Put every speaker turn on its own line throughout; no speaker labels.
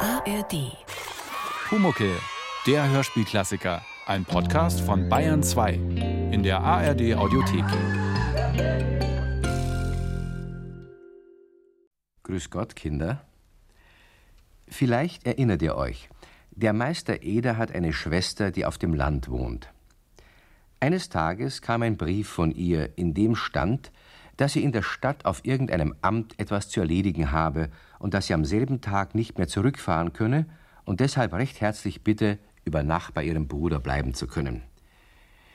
ARD.
Pumuckel, der Hörspielklassiker. Ein Podcast von Bayern 2 in der ARD Audiothek.
Grüß Gott, Kinder. Vielleicht erinnert ihr euch, der Meister Eder hat eine Schwester, die auf dem Land wohnt. Eines Tages kam ein Brief von ihr, in dem stand, dass sie in der Stadt auf irgendeinem Amt etwas zu erledigen habe und dass sie am selben Tag nicht mehr zurückfahren könne und deshalb recht herzlich bitte, über Nacht bei ihrem Bruder bleiben zu können.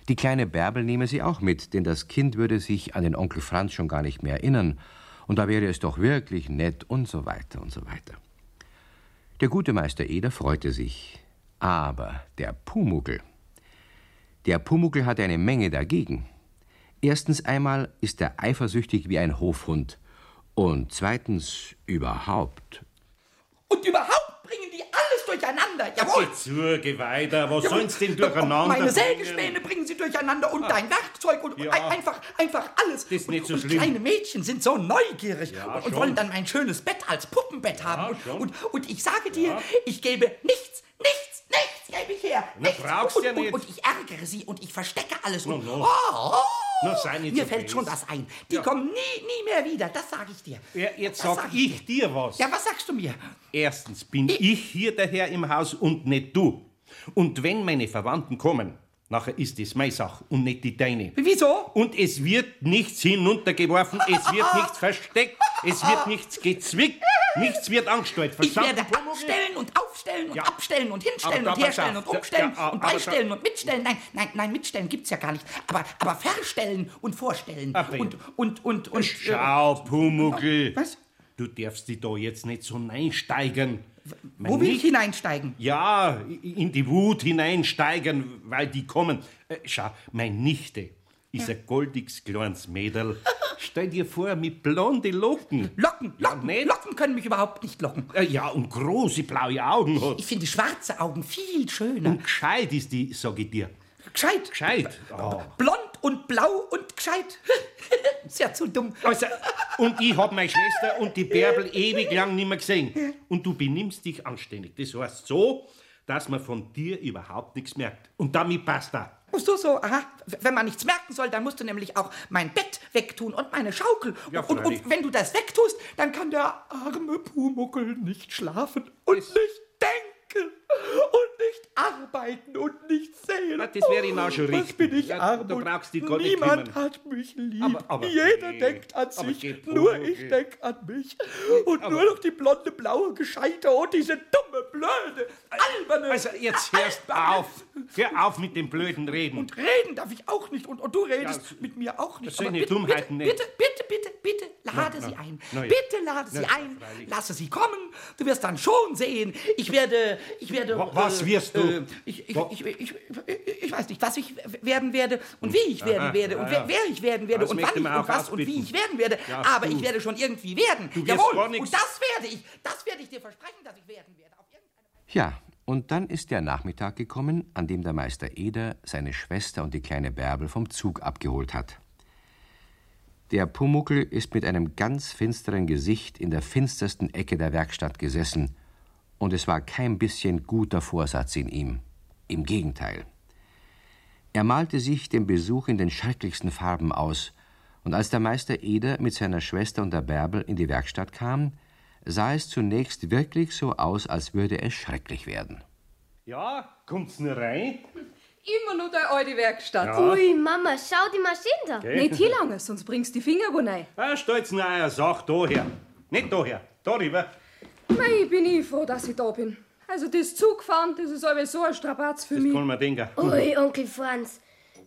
Die kleine Bärbel nehme sie auch mit, denn das Kind würde sich an den Onkel Franz schon gar nicht mehr erinnern, und da wäre es doch wirklich nett und so weiter und so weiter. Der gute Meister Eder freute sich, aber der Pumuckel, der Pumuckel hatte eine Menge dagegen. Erstens einmal ist er eifersüchtig wie ein Hofhund und zweitens überhaupt.
Und überhaupt bringen die alles durcheinander. Jawohl.
Zurge weiter, was
Jawohl.
sollen's denn durcheinander?
Und Meine
bringen?
Sägespäne bringen sie durcheinander und dein Werkzeug und
Ah. Ja.
ein, einfach, einfach alles.
Das ist
und,
nicht so
und
schlimm.
kleine Mädchen sind so neugierig und
schon.
wollen dann mein schönes Bett als Puppenbett haben.
schon.
Und, und, und ich sage dir, ich gebe nichts, nichts, nichts gebe ich her.
Na,
nichts.
brauchst
und,
ja
und,
nicht.
und ich ärgere sie und ich verstecke alles. Und,
Na, na.
Oh, oh,
Na, sei nicht
mir
so
fällt
böse.
schon was ein. Die
Ja.
kommen nie, nie mehr wieder. Das sage ich dir.
Ja, jetzt
Das
sag
sag ich
ich dir was.
Ja, was sagst du mir?
Erstens bin ich hier der Herr im Haus und nicht du. Und wenn meine Verwandten kommen, nachher ist es meine Sache und nicht die deine.
Wieso?
Und es wird nichts hinuntergeworfen, es wird nichts versteckt, es wird nichts gezwickt, nichts wird angestellt.
Ich
Verstanden?
werde anstellen und aufstellen und
Ja.
abstellen und hinstellen
Aber
und
da-
herstellen und
da- da-
umstellen
ja,
und
aber da-
beistellen und mitstellen. Nein, nein, nein, mitstellen gibt's ja gar nicht. Aber, aber verstellen und vorstellen.
Ach, ja.
und, und, und, und.
Schau, Pumuckl.
Was?
Du darfst dich da jetzt nicht so reinsteigern.
Äh, wo will ich hineinsteigen?
Ja, in die Wut hineinsteigen, weil die kommen. Äh, schau, meine Nichte ist ein goldiges kleines Mädel. Stell dir vor, mit blonden Locken.
Locken,
Ja,
Locken,
nicht?
Locken können mich überhaupt nicht locken.
Äh, ja, und große blaue Augen hat.
Ich finde schwarze Augen viel schöner.
Und gescheit ist die, sag ich dir.
Gescheit.
Hm. Gescheit. Ah.
Blond und blau und gescheit. Ist ja zu dumm.
Also, und ich hab meine Schwester und die Bärbel ewig lang nicht mehr gesehen. Und du benimmst dich anständig. Das heißt so, dass man von dir überhaupt nichts merkt. Und damit passt da.
Ach so, so, aha. Wenn man nichts merken soll, dann musst du nämlich auch mein Bett wegtun und meine Schaukel.
Ja,
und,
freilich.
und wenn du das wegtust, dann kann der arme Pumuckel nicht schlafen und nicht denken und nicht arbeiten und nicht sehen. Oh,
Na, das wäre ihn auch schon
Was
richtig.
bin ich
Ja,
arm
da
und
brauchst dich gar nicht
Niemand
kümmern.
hat mich lieb.
Aber- aber
Jeder
geh.
denkt an
Aber
sich,
geh,
nur
Pumuckl.
ich denk an mich. Und nur noch die blonde, blaue Gescheite und diese dumme, blöde, alberne...
Also, jetzt hörst
alberne-
auf. Hör auf mit dem blöden Reden.
und reden darf ich auch nicht. Und, und du redest
Ja, das-
mit mir auch nicht.
das sind
Aber
die
bitte,
Dummheiten
bitte,
nicht.
bitte, bitte, bitte, lade
na,
sie ein.
na ja.
Bitte lade sie
Na,
ein.
freilich.
Lasse sie kommen. Du wirst dann schon sehen. Ich werde, ich werde.
Wa- was wirst du?
äh, Ich, ich,
Wa-
ich, ich, ich, ich weiß nicht, was ich werden werde und wie ich werden
Hm. Aha,
werde und
ja, ja.
wer, wer ich werden werde
Das
und wann
möchte
ich und
man auch
was und wie
ausbitten.
ich werden werde.
Ja,
Aber
du.
ich werde schon irgendwie werden.
Du wirst
Jawohl.
gar nix.
Und das werde ich. Das werde ich dir versprechen, dass ich werden werde. Auf irgendeine
Ja, und dann ist der Nachmittag gekommen, an dem der Meister Eder seine Schwester und die kleine Bärbel vom Zug abgeholt hat. Der Pumuckel ist mit einem ganz finsteren Gesicht in der finstersten Ecke der Werkstatt gesessen, und es war kein bisschen guter Vorsatz in ihm. Im Gegenteil. Er malte sich den Besuch in den schrecklichsten Farben aus, und als der Meister Eder mit seiner Schwester und der Bärbel in die Werkstatt kam, sah es zunächst wirklich so aus, als würde es schrecklich werden.
Ja, kommt's nur rein.
Immer nur deine alte Werkstatt.
Ui,
Ah.
Mama, schau die Maschine da.
Nicht hier lange, sonst bringst du die Finger wo rein.
Ah, stellt's nur eine Sache da her. Nicht da her, da rüber.
Mei, bin ich froh, dass ich da bin. Also das Zugfahren, das ist sowieso ein Strapaz für
Das
mich.
kann man denken.
Ui, Onkel Franz,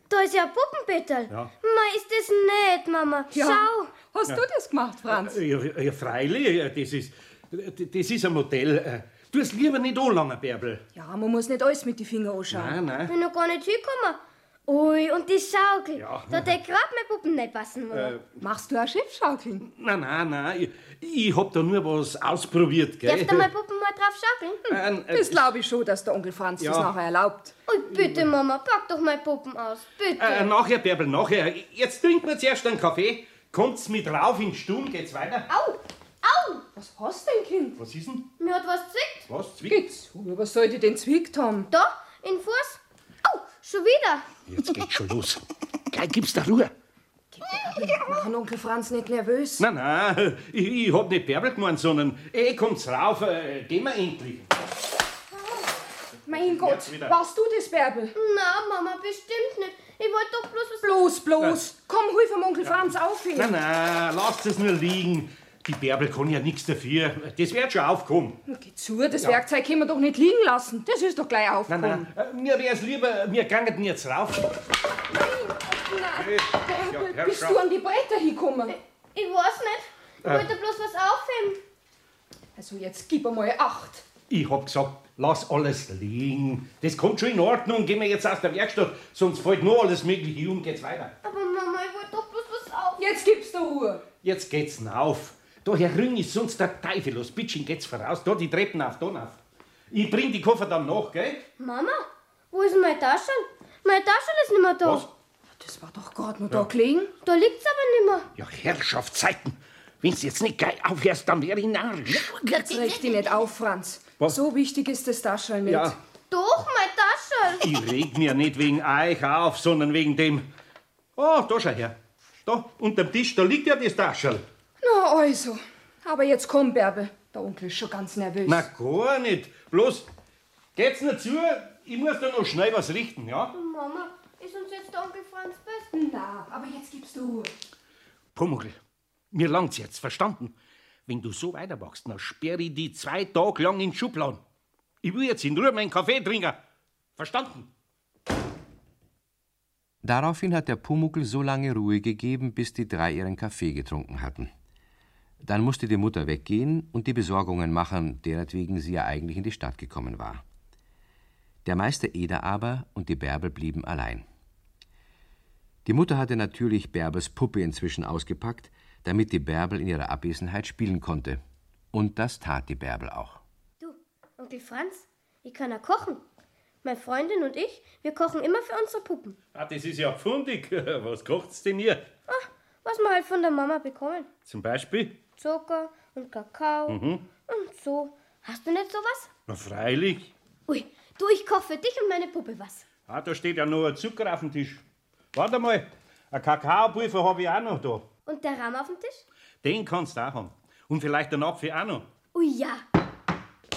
da ist ja ein Puppenbettel.
Ja.
Ma, ist das nett, Mama.
Ja.
Schau.
Hast du das gemacht, Franz?
Ja, ja, freilich, ja, das ist, das ist ein Modell. äh, Du hast lieber nicht anlangen, Bärbel.
Ja, man muss nicht alles mit den Fingern anschauen.
Nein, nein.
Bin noch gar nicht hingekommen. Ui, und die Schaukel.
Ja.
Da hätte gerade meine Puppen nicht passen wollen.
Äh,
Machst du auch Schiffschaukeln?
Nein, nein, nein. Ich, ich hab da nur was ausprobiert, gell?
Darf da meine Puppen mal drauf schaukeln? Hm.
Nein, äh,
Das glaube ich schon, dass der Onkel Franz das
Ja.
nachher erlaubt.
äh,
Ui, bitte, Mama, pack doch meine Puppen aus. Bitte.
äh, nachher, Bärbel, nachher. Jetzt trinken wir zuerst einen Kaffee. Kommt's mit rauf in den Stuhl, geht's weiter.
Au, au,
Was hast du denn, Kind?
Was ist denn?
mir hat was gezickt.
Was? Zwick?
Geht's, aber was soll ich denn zwickt haben?
Da, in Fuß. Oh, schon wieder.
Jetzt geht's schon los. Gleich gib's da Ruhe.
Machen Onkel Franz nicht nervös.
Nein, nein, ich, ich hab nicht Bärbel gemeint, sondern eh kommt's rauf, äh, gehen wir endlich.
Mein Gott,
wieder.
warst du das, Bärbel?
Na, Mama, bestimmt nicht. Ich wollte doch bloß was.
Bloß, bloß. Komm, hilf vom Onkel Franz auf hier.
Nein, nein, lasst es nur liegen. Die Bärbel kann ja nichts dafür. Das wird schon aufkommen.
Geh zu, das Werkzeug können wir doch nicht liegen lassen. Das ist doch gleich
Nein,
aufgekommen.
nein, äh, mir wär's lieber, wir gingen jetzt rauf.
Nein, Bärbel,
Ja, Herr
bist
Schaff.
du an die Bretter hingekommen?
Ich weiß nicht. Ich wollte bloß was aufheben.
Also jetzt gib einmal acht.
Ich hab gesagt, lass alles liegen. Das kommt schon in Ordnung. Gehen wir jetzt aus der Werkstatt, sonst fällt nur alles Mögliche um. Geht's weiter.
Aber Mama, ich wollte doch bloß was aufheben.
Jetzt gibst du Ruhe.
Jetzt geht's auf. Da herrin ist sonst der Teufel los. Bitschin geht's voraus. Da die Treppen auf, da auf. Ich bring die Koffer dann nach, gell?
Mama, wo ist denn meine Tasche? Meine Tasche ist nicht mehr da.
Was?
Das war doch gerade nur da gelegen.
Da liegt's aber nicht mehr.
Ja, Herrschaftszeiten. Wenn's jetzt nicht gleich aufhörst, dann wär ich narrisch.
Jetzt reg dich nicht auf, Franz.
Was?
So wichtig ist das Taschel nicht.
Ja.
Doch, meine Tasche.
Ich reg mir nicht wegen euch auf, sondern wegen dem. Oh, da schau her. Da, unterm Tisch, da liegt ja das Taschel.
Na also. Aber jetzt komm, Bärbel. Der Onkel ist schon ganz nervös.
Na, gar nicht. Bloß, geht's nicht zu? Ich muss da noch schnell was richten, ja?
Oh, Mama, ist uns jetzt der Onkel Franz best?
Na, aber jetzt gibst du Ruhe.
Pumuckl, mir langt's jetzt, verstanden? Wenn du so weitermachst, dann sperre ich die zwei Tage lang in den Schubladen. Ich will jetzt in Ruhe meinen Kaffee trinken. Verstanden?
Daraufhin hat der Pumuckel so lange Ruhe gegeben, bis die drei ihren Kaffee getrunken hatten. Dann musste die Mutter weggehen und die Besorgungen machen, deretwegen sie ja eigentlich in die Stadt gekommen war. Der Meister Eder aber und die Bärbel blieben allein. Die Mutter hatte natürlich Bärbels Puppe inzwischen ausgepackt, damit die Bärbel in ihrer Abwesenheit spielen konnte. Und das tat die Bärbel auch.
Du, Onkel Franz, ich kann ja kochen. Meine Freundin und ich, wir kochen immer für unsere Puppen.
Ah, das ist ja pfundig. Was kocht's denn hier?
Was wir halt von der Mama bekommen.
Zum Beispiel?
Zucker und Kakao und so. Hast du nicht sowas?
Na, freilich.
Ui, du, ich koche für dich und meine Puppe was.
Ah, da steht ja noch ein Zucker auf dem Tisch. Warte mal, ein Kakaopulver habe ich auch noch da.
Und der Rahm auf dem Tisch?
Den kannst du auch haben. Und vielleicht einen Apfel auch noch.
Ui, ja.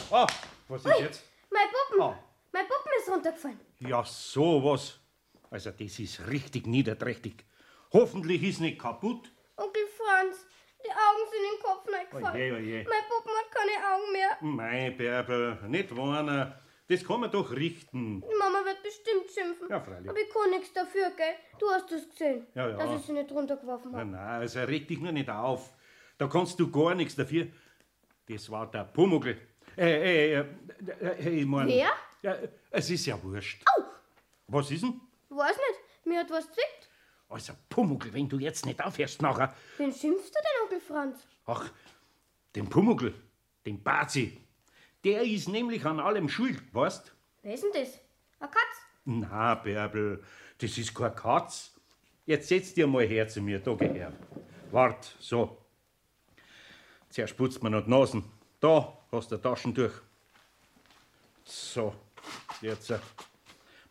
Ah, was ist jetzt?
Meine Puppen.
Ah.
Meine Puppen ist runtergefallen.
Ja, sowas. Also, das ist richtig niederträchtig. Hoffentlich ist nicht kaputt.
Onkel Franz, die Augen sind im Kopf reingefallen.
Oje, oje.
Meine Puppen hat keine Augen mehr.
Mein Bärbel, nicht warnen. Das kann man doch richten.
Die Mama wird bestimmt schimpfen.
Ja, freilich.
Aber ich kann nichts dafür, gell? Du hast es gesehen,
Ja, ja.
dass ich sie nicht runtergeworfen
Na,
habe.
na, also reg dich nur nicht auf. Da kannst du gar nichts dafür. Das war der Pumuckl. Äh, äh, äh, äh, ich mein,
Wer?
Ja, es ist ja wurscht.
Au!
Was ist denn?
Weiß nicht, mir hat was zwickt.
Also, Pumuckl, wenn du jetzt nicht aufhörst nachher.
Wen schimpfst du denn, Onkel Franz?
Ach, den Pumuckl, den Bazi. Der ist nämlich an allem schuld, weißt?
Wer ist denn das? Eine Katz?
Na, Bärbel, das ist kein Katz. Jetzt setz dir mal her zu mir, da geh her. Wart, so. Zuerst putzt man noch die Nasen. Da hast du ein Taschentuch. So, jetzt. äh,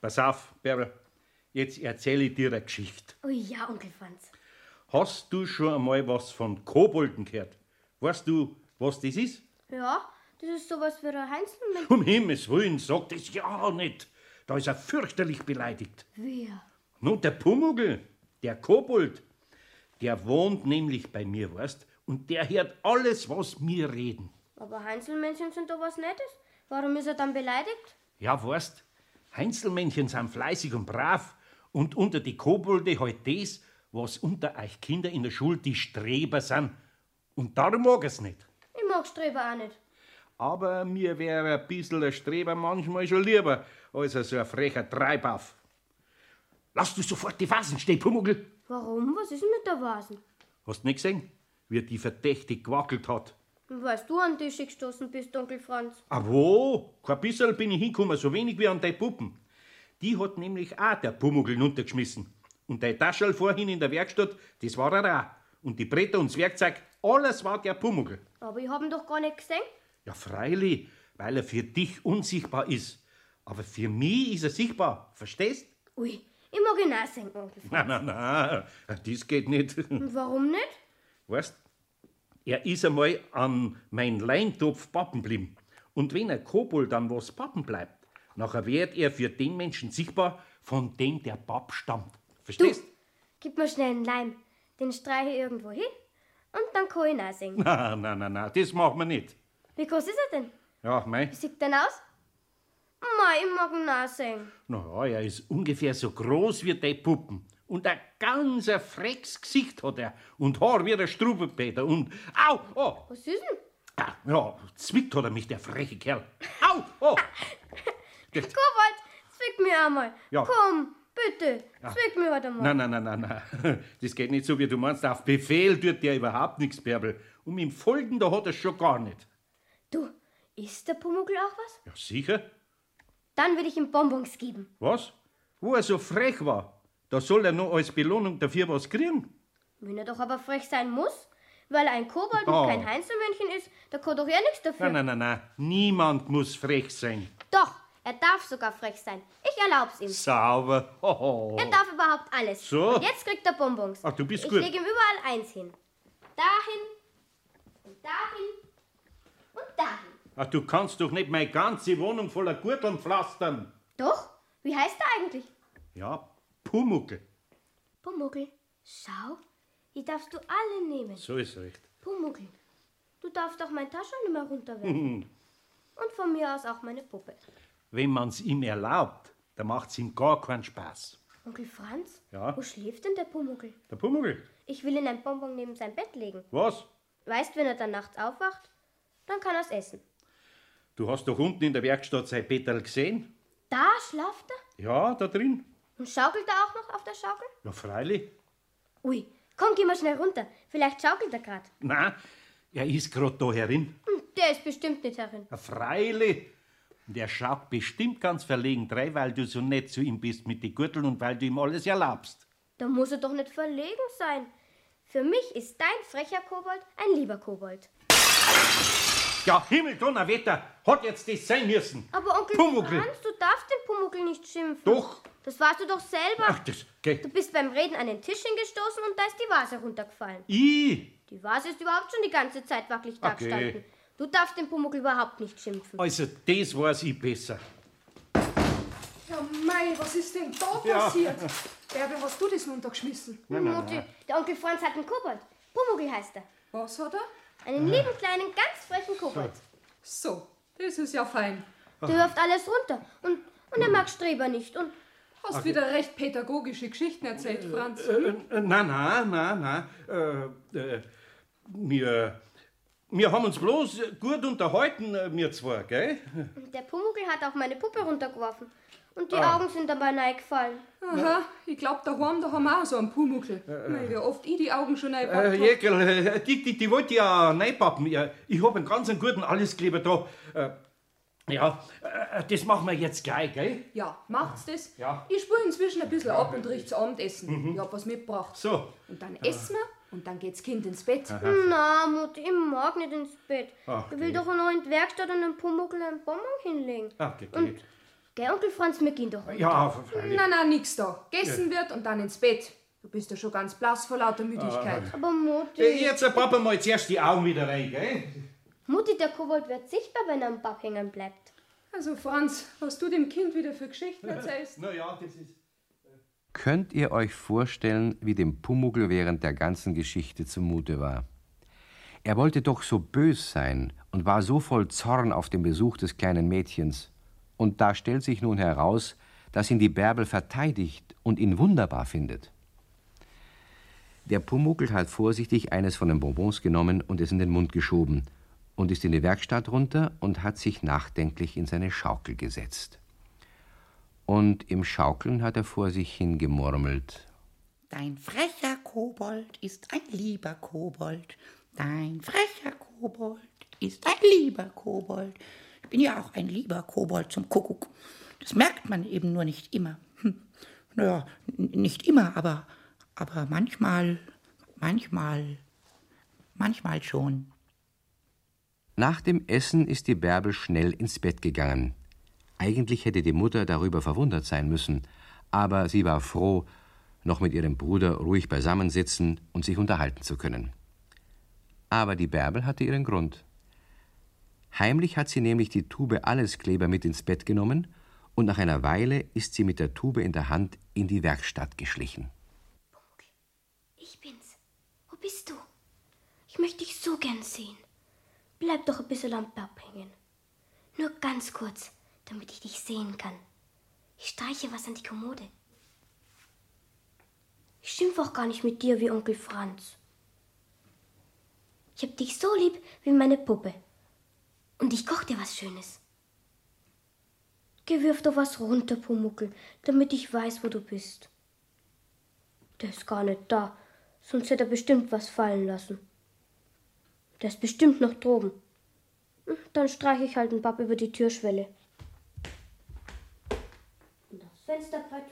Pass auf, Bärbel. Jetzt erzähle ich dir eine Geschichte.
Oh ja, Onkel Franz.
Hast du schon einmal was von Kobolden gehört? Weißt du, was das ist?
Ja, das ist sowas wie ein Heinzelmann.
Um Himmels Willen, sag das ja nicht. Da ist er fürchterlich beleidigt.
Wer?
Nun, der Pumuckl, der Kobold, der wohnt nämlich bei mir, weißt, und der hört alles, was mir reden.
Aber Heinzelmännchen sind doch was Nettes. Warum ist er dann beleidigt?
Ja, weißt, Heinzelmännchen sind fleißig und brav und unter die Kobolde halt das, was unter euch Kinder in der Schule die Streber sind. Und darum mag es nicht.
Ich mag Streber auch nicht.
Aber mir wäre ein bisschen ein Streber manchmal schon lieber, als so ein frecher Treibauf. Lass du sofort die Vasen stehen, Pumuckl!
Warum? Was ist denn mit der Vasen?
Hast nicht gesehen, wie die verdächtig gewackelt hat?
Weißt du, an den Tisch gestoßen bist, Onkel Franz.
Ah, wo? Kein bisschen bin ich hingekommen, so wenig wie an deine Puppen. Die hat nämlich auch der Pumuckl runtergeschmissen. Und dein Taschel vorhin in der Werkstatt, das war er auch. Und die Bretter und das Werkzeug, alles war der Pumuckl.
Aber ich hab ihn doch gar nicht gesehen.
Ja, freilich, weil er für dich unsichtbar ist. Aber für mich ist er sichtbar, verstehst?
Ui, ich mag ihn auch sehen, Onkel Franz.
Na, na, na, das geht nicht.
Und warum nicht?
Weißt, er ist einmal an mein Leintopf pappen blieben. Und wenn ein Kobold dann was pappen bleibt, nachher wird er für den Menschen sichtbar, von dem der Papp stammt. Verstehst?
Gib mir schnell einen Leim. Den streiche ich irgendwo hin und dann kann ich ihn auch sehen.
Na, na, na, na, das machen wir nicht.
Wie groß ist er denn?
Ja, mei.
Wie sieht denn aus? Mei, ich mag ihn auch sehen.
Na ja, er ist ungefähr so groß wie die Puppen. Und ein ganzer frecks Gesicht hat er. Und Haar wie der Struwelpeter. Und au, oh,
Was ist denn?
ah, ja, zwickt hat er mich, der freche Kerl. Au, oh,
Kobold, zwick mir einmal.
Ja.
Komm, bitte, zwick mir heute einmal.
nein, nein, nein, nein, nein. Das geht nicht so, wie du meinst. Auf Befehl tut der überhaupt nichts, Bärbel. Und im Folgen, da hat er schon gar nicht.
Du, isst der Pumuckl auch was?
Ja, sicher.
Dann will ich ihm Bonbons geben.
Was? Wo er so frech war, da soll er nur als Belohnung dafür was kriegen.
Wenn er doch aber frech sein muss, weil er ein Kobold
Oh.
und kein Heinzelmännchen ist, da kann doch er nichts dafür.
Nein, nein, nein, nein. Niemand muss frech sein.
Doch, er darf sogar frech sein. Ich erlaub's ihm.
Sauber. Hoho.
Er darf überhaupt alles.
So.
Und jetzt kriegt er Bonbons.
Ach, du bist
ich
gut.
Ich lege ihm überall eins hin. Dahin und dahin und dahin.
Ach, Ah, du kannst doch nicht meine ganze Wohnung voller Gurteln pflastern.
Doch, wie heißt er eigentlich?
Ja, Pumuckel.
Pumuckl, schau, die darfst du alle nehmen.
So ist recht.
Pumuckl, du darfst auch mein Taschentuch nicht mehr runterwerfen. Und von mir aus auch meine Puppe.
Wenn man's ihm erlaubt, dann macht's ihm gar keinen Spaß.
Onkel Franz,
Ja?
wo schläft denn der Pumuckl?
Der Pumuckel?
Ich will ihn ein Bonbon neben sein Bett legen.
Was?
Weißt, wenn er dann nachts aufwacht, dann kann er's essen.
Du hast doch unten in der Werkstatt sein Peterl gesehen?
Da schlaft er?
Ja, da drin.
Und schaukelt er auch noch auf der Schaukel?
Ja, freilich.
Ui, komm, geh mal schnell runter. Vielleicht schaukelt er grad.
Na, er ist grad da herin.
Hm, Der ist bestimmt nicht herin.
Ja, freilich. Und er schaut bestimmt ganz verlegen drei, weil du so nett zu ihm bist mit den Gürteln und weil du ihm alles erlaubst.
Da muss er doch nicht verlegen sein. Für mich ist dein frecher Kobold ein lieber Kobold.
Ja, Himmel, Donnerwetter, hat jetzt das sein müssen.
Aber Onkel
Pumuckl.
Franz, du darfst den Pumuckl nicht schimpfen.
Doch.
Das warst du doch selber.
Ach, das
Du
geht.
bist beim Reden an den Tisch hingestoßen und da ist die Vase runtergefallen.
I,
Die Vase ist überhaupt schon die ganze Zeit wackelig
Okay.
dagestanden. Du darfst den Pumuckl überhaupt nicht schimpfen.
also das weiß ich besser.
Ja, mei, was ist denn da passiert? Bärbel, hast du das runtergeschmissen?
Mutti, der Onkel Franz hat einen Kobold. Pumuckl heißt er.
Was hat er?
Einen
Ah.
lieben kleinen, ganz frechen Kobold.
So, das ist ja fein.
Der wirft alles runter. Und, und er mag Streber nicht. Und
Hast wieder recht pädagogische Geschichten erzählt, Franz.
Äh, Na, na, na, na. Äh, äh, wir, wir haben uns bloß gut unterhalten, äh, wir zwei, gell?
der Pumuckl hat auch meine Puppe runtergeworfen. Und die
Ah.
Augen sind dabei neigefallen.
Aha, ich glaub, daheim, da haben wir auch so einen Pumuckl. Mei, wie oft ich die Augen schon
Äh,
einpackt hab.
Jäckel, äh, die, die, die wollte ich ja reinpappen. Ja, Ich habe einen ganz einen guten Alleskleber da. Äh, ja, äh, das machen wir jetzt gleich, gell?
Ja, macht's das?
Ja.
Ich spüle inzwischen ein bisschen ab und riech zu Abendessen.
Mhm.
Ich hab was mitgebracht.
So,
Und dann essen wir und dann geht's Kind ins Bett.
Na, Mutti, ich mag nicht ins Bett.
Ach,
ich will doch noch in die Werkstatt und dem Pumuckl einen Bonbon hinlegen.
Ach, ah, geht,
Und,
geht.
gell, Onkel Franz, wir gehen doch.
ja, freilich.
Nein, nein, nix da. Gegessen wird und dann ins Bett. Du bist ja schon ganz blass vor
Ah,
lauter Müdigkeit.
Aber Mutti,
Äh, Jetzt äh, Papa mal zuerst die Augen wieder rein, gell?
Mutti, der Kobold wird sichtbar, wenn er am Bauch hängen bleibt.
Also Franz, was du dem Kind wieder für Geschichten erzählst?
Na ja, das ist.
Könnt ihr euch vorstellen, wie dem Pumuckl während der ganzen Geschichte zumute war? Er wollte doch so bös sein und war so voll Zorn auf den Besuch des kleinen Mädchens. Und da stellt sich nun heraus, dass ihn die Bärbel verteidigt und ihn wunderbar findet. Der Pumuckl hat vorsichtig eines von den Bonbons genommen und es in den Mund geschoben und ist in die Werkstatt runter und hat sich nachdenklich in seine Schaukel gesetzt. Und im Schaukeln hat er vor sich hingemurmelt.
Dein frecher Kobold ist ein lieber Kobold. Dein frecher Kobold ist ein lieber Kobold. Ich bin ja auch ein lieber Kobold zum Kuckuck. Das merkt man eben nur nicht immer. Hm. Naja, n- nicht immer, aber, aber manchmal, manchmal, manchmal schon.
Nach dem Essen ist die Bärbel schnell ins Bett gegangen. Eigentlich hätte die Mutter darüber verwundert sein müssen, aber sie war froh, noch mit ihrem Bruder ruhig beisammensitzen und sich unterhalten zu können. Aber die Bärbel hatte ihren Grund. Heimlich hat sie nämlich die Tube Alleskleber mit ins Bett genommen und nach einer Weile ist sie mit der Tube in der Hand in die Werkstatt geschlichen.
Ich bin's. Wo bist du? Ich möchte dich so gern sehen. Bleib doch ein bisschen am Berg hängen. Nur ganz kurz, damit ich dich sehen kann. Ich streiche was an die Kommode. Ich schimpfe auch gar nicht mit dir wie Onkel Franz. Ich hab dich so lieb wie meine Puppe. Und ich koch dir was Schönes. Geh wirf doch was runter, Pumuckel, damit ich weiß, wo du bist. Der ist gar nicht da, sonst hätte er bestimmt was fallen lassen. Der ist bestimmt noch droben. Hm, Dann streiche ich halt den Papp über die Türschwelle. Und aufs Fensterbrett.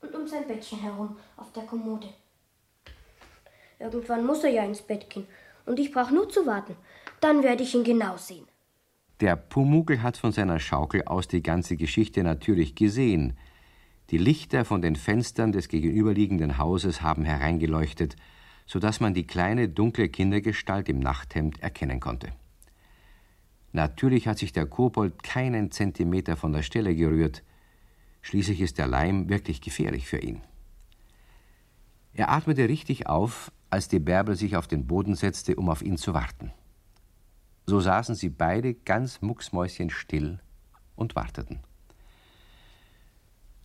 Und um sein Bettchen herum, auf der Kommode. Irgendwann muss er ja ins Bett gehen. Und ich brauche nur zu warten. Dann werde ich ihn genau sehen.
Der Pumuckl hat von seiner Schaukel aus die ganze Geschichte natürlich gesehen. Die Lichter von den Fenstern des gegenüberliegenden Hauses haben hereingeleuchtet, so dass man die kleine dunkle Kindergestalt im Nachthemd erkennen konnte. Natürlich hat sich der Kobold keinen Zentimeter von der Stelle gerührt. Schließlich ist der Leim wirklich gefährlich für ihn. Er atmete richtig auf, als die Bärbel sich auf den Boden setzte, um auf ihn zu warten. So saßen sie beide ganz mucksmäuschenstill und warteten.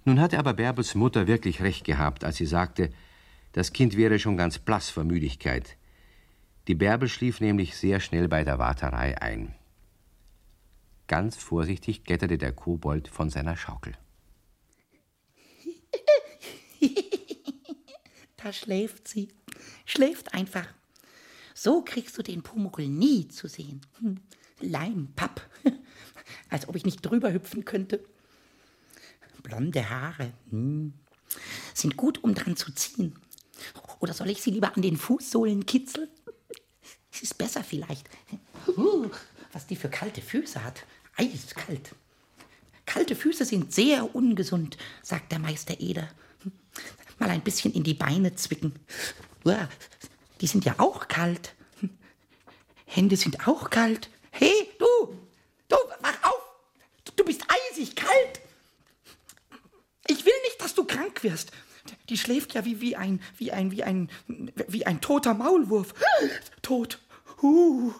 Nun hatte aber Bärbels Mutter wirklich recht gehabt, als sie sagte, das Kind wäre schon ganz blass vor Müdigkeit. Die Bärbel schlief nämlich sehr schnell bei der Warterei ein. Ganz vorsichtig kletterte der Kobold von seiner Schaukel.
Da schläft sie. Schläft einfach. So kriegst du den Pumuckl nie zu sehen. Hm. Leimpapp. Als ob ich nicht drüber hüpfen könnte. Blonde Haare. Hm. Sind gut, um dran zu ziehen. Oder soll ich sie lieber an den Fußsohlen kitzeln? Es ist besser vielleicht. Huh, Was die für kalte Füße hat. Eiskalt. Kalte Füße sind sehr ungesund, sagt der Meister Eder. Mal ein bisschen in die Beine zwicken. Uah, Die sind ja auch kalt. Hände sind auch kalt. Hey, du! Du, wach auf! Du- Du bist eisig kalt! Ich will nicht, dass du krank wirst. Die schläft ja wie, wie ein, wie ein, wie ein, wie ein toter Maulwurf. Tot. Huh.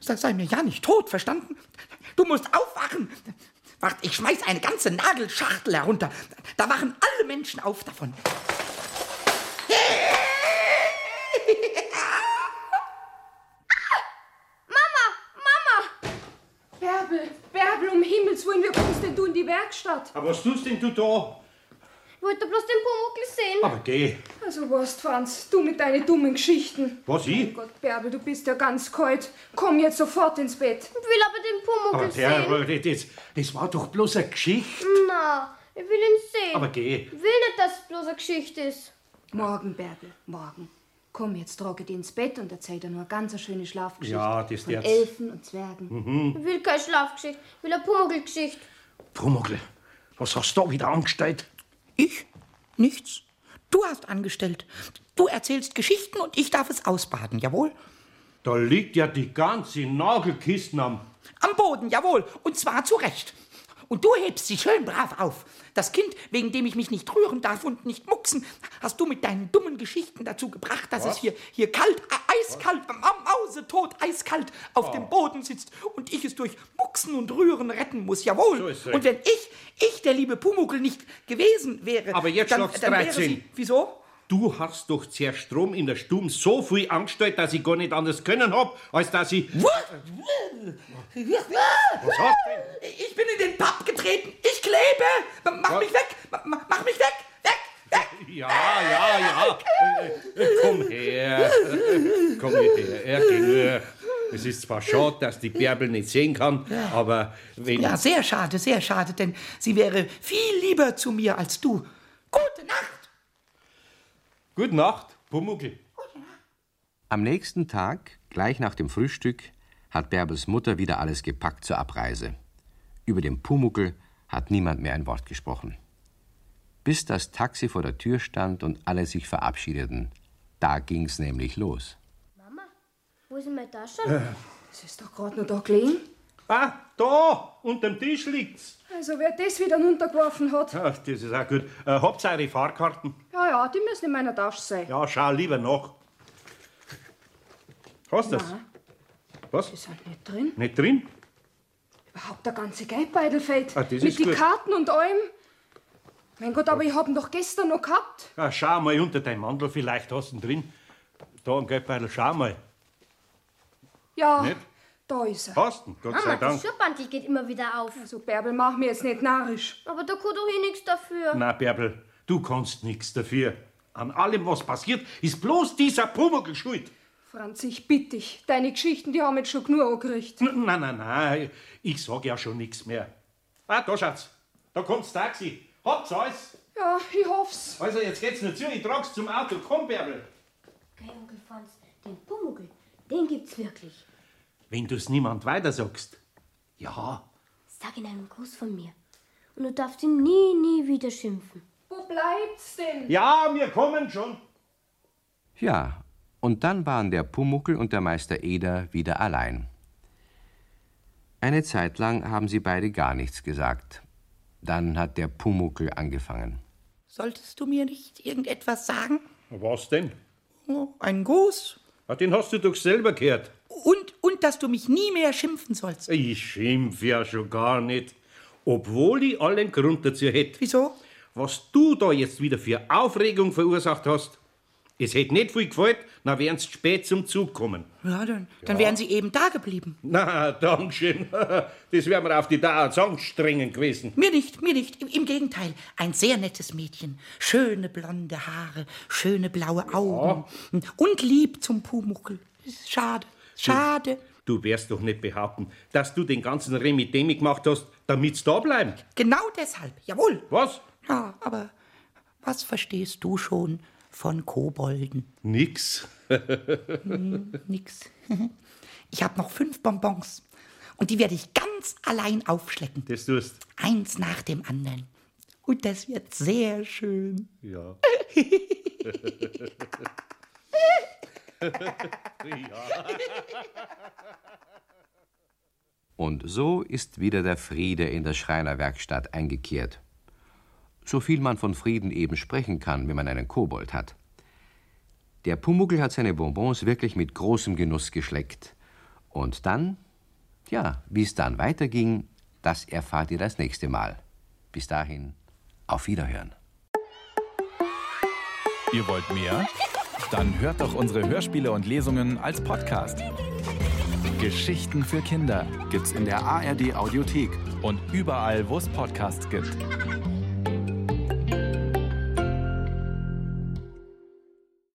Sei, sei mir ja nicht tot, verstanden? Du musst aufwachen. Wart, ich schmeiß eine ganze Nagelschachtel herunter. Da wachen alle Menschen auf davon.
Bärbel, Bärbel, um Himmels Willen, wie kommst denn du in die Werkstatt?
Aber was tust denn du da?
Ich wollte bloß den Pumuckl sehen.
Aber geh.
Also was, Franz, du mit deinen dummen Geschichten.
Was ich?
Gott, Bärbel, du bist ja ganz kalt. Komm jetzt sofort ins Bett.
Ich will aber den
Aber
Pumuckl
der, äh,
sehen.
das, das war doch bloß eine Geschichte.
Na, ich will ihn sehen.
Aber geh.
Ich will nicht, dass es bloß eine Geschichte ist.
Morgen, Bärbel, morgen. Komm, jetzt trage dich ins Bett und erzähl dir nur eine ganz schöne Schlafgeschichte.
Ja, das Mhm.
von
jetzt.
Elfen und Zwergen.
Ich will keine Schlafgeschichte. Ich will eine Pumuckl-Geschichte.
Pumuckl, was hast du da wieder angestellt?
Ich? Nichts. Du hast angestellt. Du erzählst Geschichten und ich darf es ausbaden, jawohl?
Da liegt ja die ganze Nagelkiste am.
Am Boden, jawohl, und zwar zu Recht. Und du hebst sie schön brav auf. Das Kind, wegen dem ich mich nicht rühren darf und nicht mucksen, hast du mit deinen dummen Geschichten dazu gebracht, dass es hier, hier kalt, äh, eiskalt, am Mausetot eiskalt auf
Oh.
dem Boden sitzt und ich es durch Mucksen und Rühren retten muss, jawohl.
So ist's recht.
und wenn ich, ich, der liebe Pumuckl, nicht gewesen wäre,
Aber jetzt
dann,
schlagt's
dann wäre
13.
sie, wieso?
Du hast doch Zerstrom in der Stube so viel angestellt, dass ich gar nicht anders können hab, als dass ich. Äh. Was hast du denn?
Ich bin in den Pub getreten. Ich klebe. Mach mich weg. Mach mich weg. Weg. Weg.
Ja, ja, ja. Äh, äh, Komm her. Komm her. Er geht nur. Es ist zwar schade, dass die Bärbel nicht sehen kann, aber wenn.
Ja, sehr schade, sehr schade, denn sie wäre viel lieber zu mir als du. Gute Nacht.
Gute Nacht, Pumuckl.
Am nächsten Tag, gleich nach dem Frühstück, hat Bärbels Mutter wieder alles gepackt zur Abreise. Über den Pumuckel hat niemand mehr ein Wort gesprochen. Bis das Taxi vor der Tür stand und alle sich verabschiedeten. Da ging's nämlich los.
Mama, wo ist denn meine Tasche?
Es ist doch gerade nur da gelegen.
Ah, da, unterm Tisch liegt's.
Also wer das wieder runtergeworfen hat,
Ach, das ist auch gut. Äh, habt ihr eure Fahrkarten?
ja, ja, die müssen in meiner Tasche sein.
Ja, schau lieber nach. Hast du das? Was?
Die sind nicht drin.
Nicht drin?
Überhaupt der ganze Geldbeutel fällt.
Ah, das ist
Mit den
gut.
Karten und allem. Mein Gott, aber ich hab ihn doch gestern noch gehabt.
Ah, schau mal unter deinen Mantel, vielleicht hast du ihn drin. Da, ein Geldbeutel, schau mal.
Ja,
Nicht?
da ist er.
Hast du ihn, Gott sei
Mama, Ah, das
Dank.
Schuppbandel geht immer wieder auf.
Also Bärbel, mach mir jetzt nicht narrisch.
Aber da kann doch eh nichts dafür.
Na, Bärbel, du kannst nichts dafür. An allem, was passiert, ist bloß dieser Pumuckl schuld.
Franz, ich bitte dich. Deine Geschichten, die haben jetzt schon genug angerichtet.
N- Nein, nein, nein, ich sag ja schon nichts mehr. Ah, da schaut's, da kommt's Taxi. Habt's alles.
Ja, ich hoff's.
Also, jetzt geht's nur zu, ich trag's zum Auto. Komm, Bärbel.
Okay, Onkel Franz, den Pumuckl, den gibt's wirklich.
Wenn du's niemand weitersagst. Ja,
Sag ihn einem Gruß von mir. Und du darfst ihn nie, nie wieder schimpfen.
Wo bleibt's denn?
ja, wir kommen schon.
Ja, und dann waren der Pumuckel und der Meister Eder wieder allein. Eine Zeit lang haben sie beide gar nichts gesagt. Dann hat der Pumuckel angefangen.
Solltest du mir nicht irgendetwas sagen?
Was denn?
Oh, ein Gruß.
Ah, Den hast du doch selber gehört.
Und, und dass du mich nie mehr schimpfen sollst.
Ich schimpf ja schon gar nicht. Obwohl ich allen Grund dazu hätte.
Wieso?
Was du da jetzt wieder für Aufregung verursacht hast, es hätte nicht viel gefällt, dann wären's spät zum Zug kommen.
Ja, dann, dann wären sie eben da geblieben.
Na, Dankeschön. Das wäre mir auf die Dauer zu anstrengend gewesen.
Mir nicht, mir nicht. Im, Im Gegenteil, ein sehr nettes Mädchen. Schöne blonde Haare, schöne blaue Augen. Und lieb zum Pumuckel. Ist Schade, schade.
Du wirst doch nicht behaupten, dass du den ganzen Remi Demi gemacht hast, damit's da bleiben.
Genau deshalb, jawohl.
Was?
Ja, aber was verstehst du schon von Kobolden?
Nix.
Nix. Ich habe noch fünf Bonbons. Und die werde ich ganz allein aufschlecken.
Das tust.
Eins nach dem anderen. Und das wird sehr schön.
Ja.
Und so ist wieder der Friede in der Schreinerwerkstatt eingekehrt. So viel man von Frieden eben sprechen kann, wenn man einen Kobold hat. Der Pumuckl hat seine Bonbons wirklich mit großem Genuss geschleckt. Und dann, ja, wie es dann weiterging, das erfahrt ihr das nächste Mal. Bis dahin, auf Wiederhören.
Ihr wollt mehr? Dann hört doch unsere Hörspiele und Lesungen als Podcast. Geschichten für Kinder gibt's in der ARD Audiothek und überall, wo es Podcasts gibt.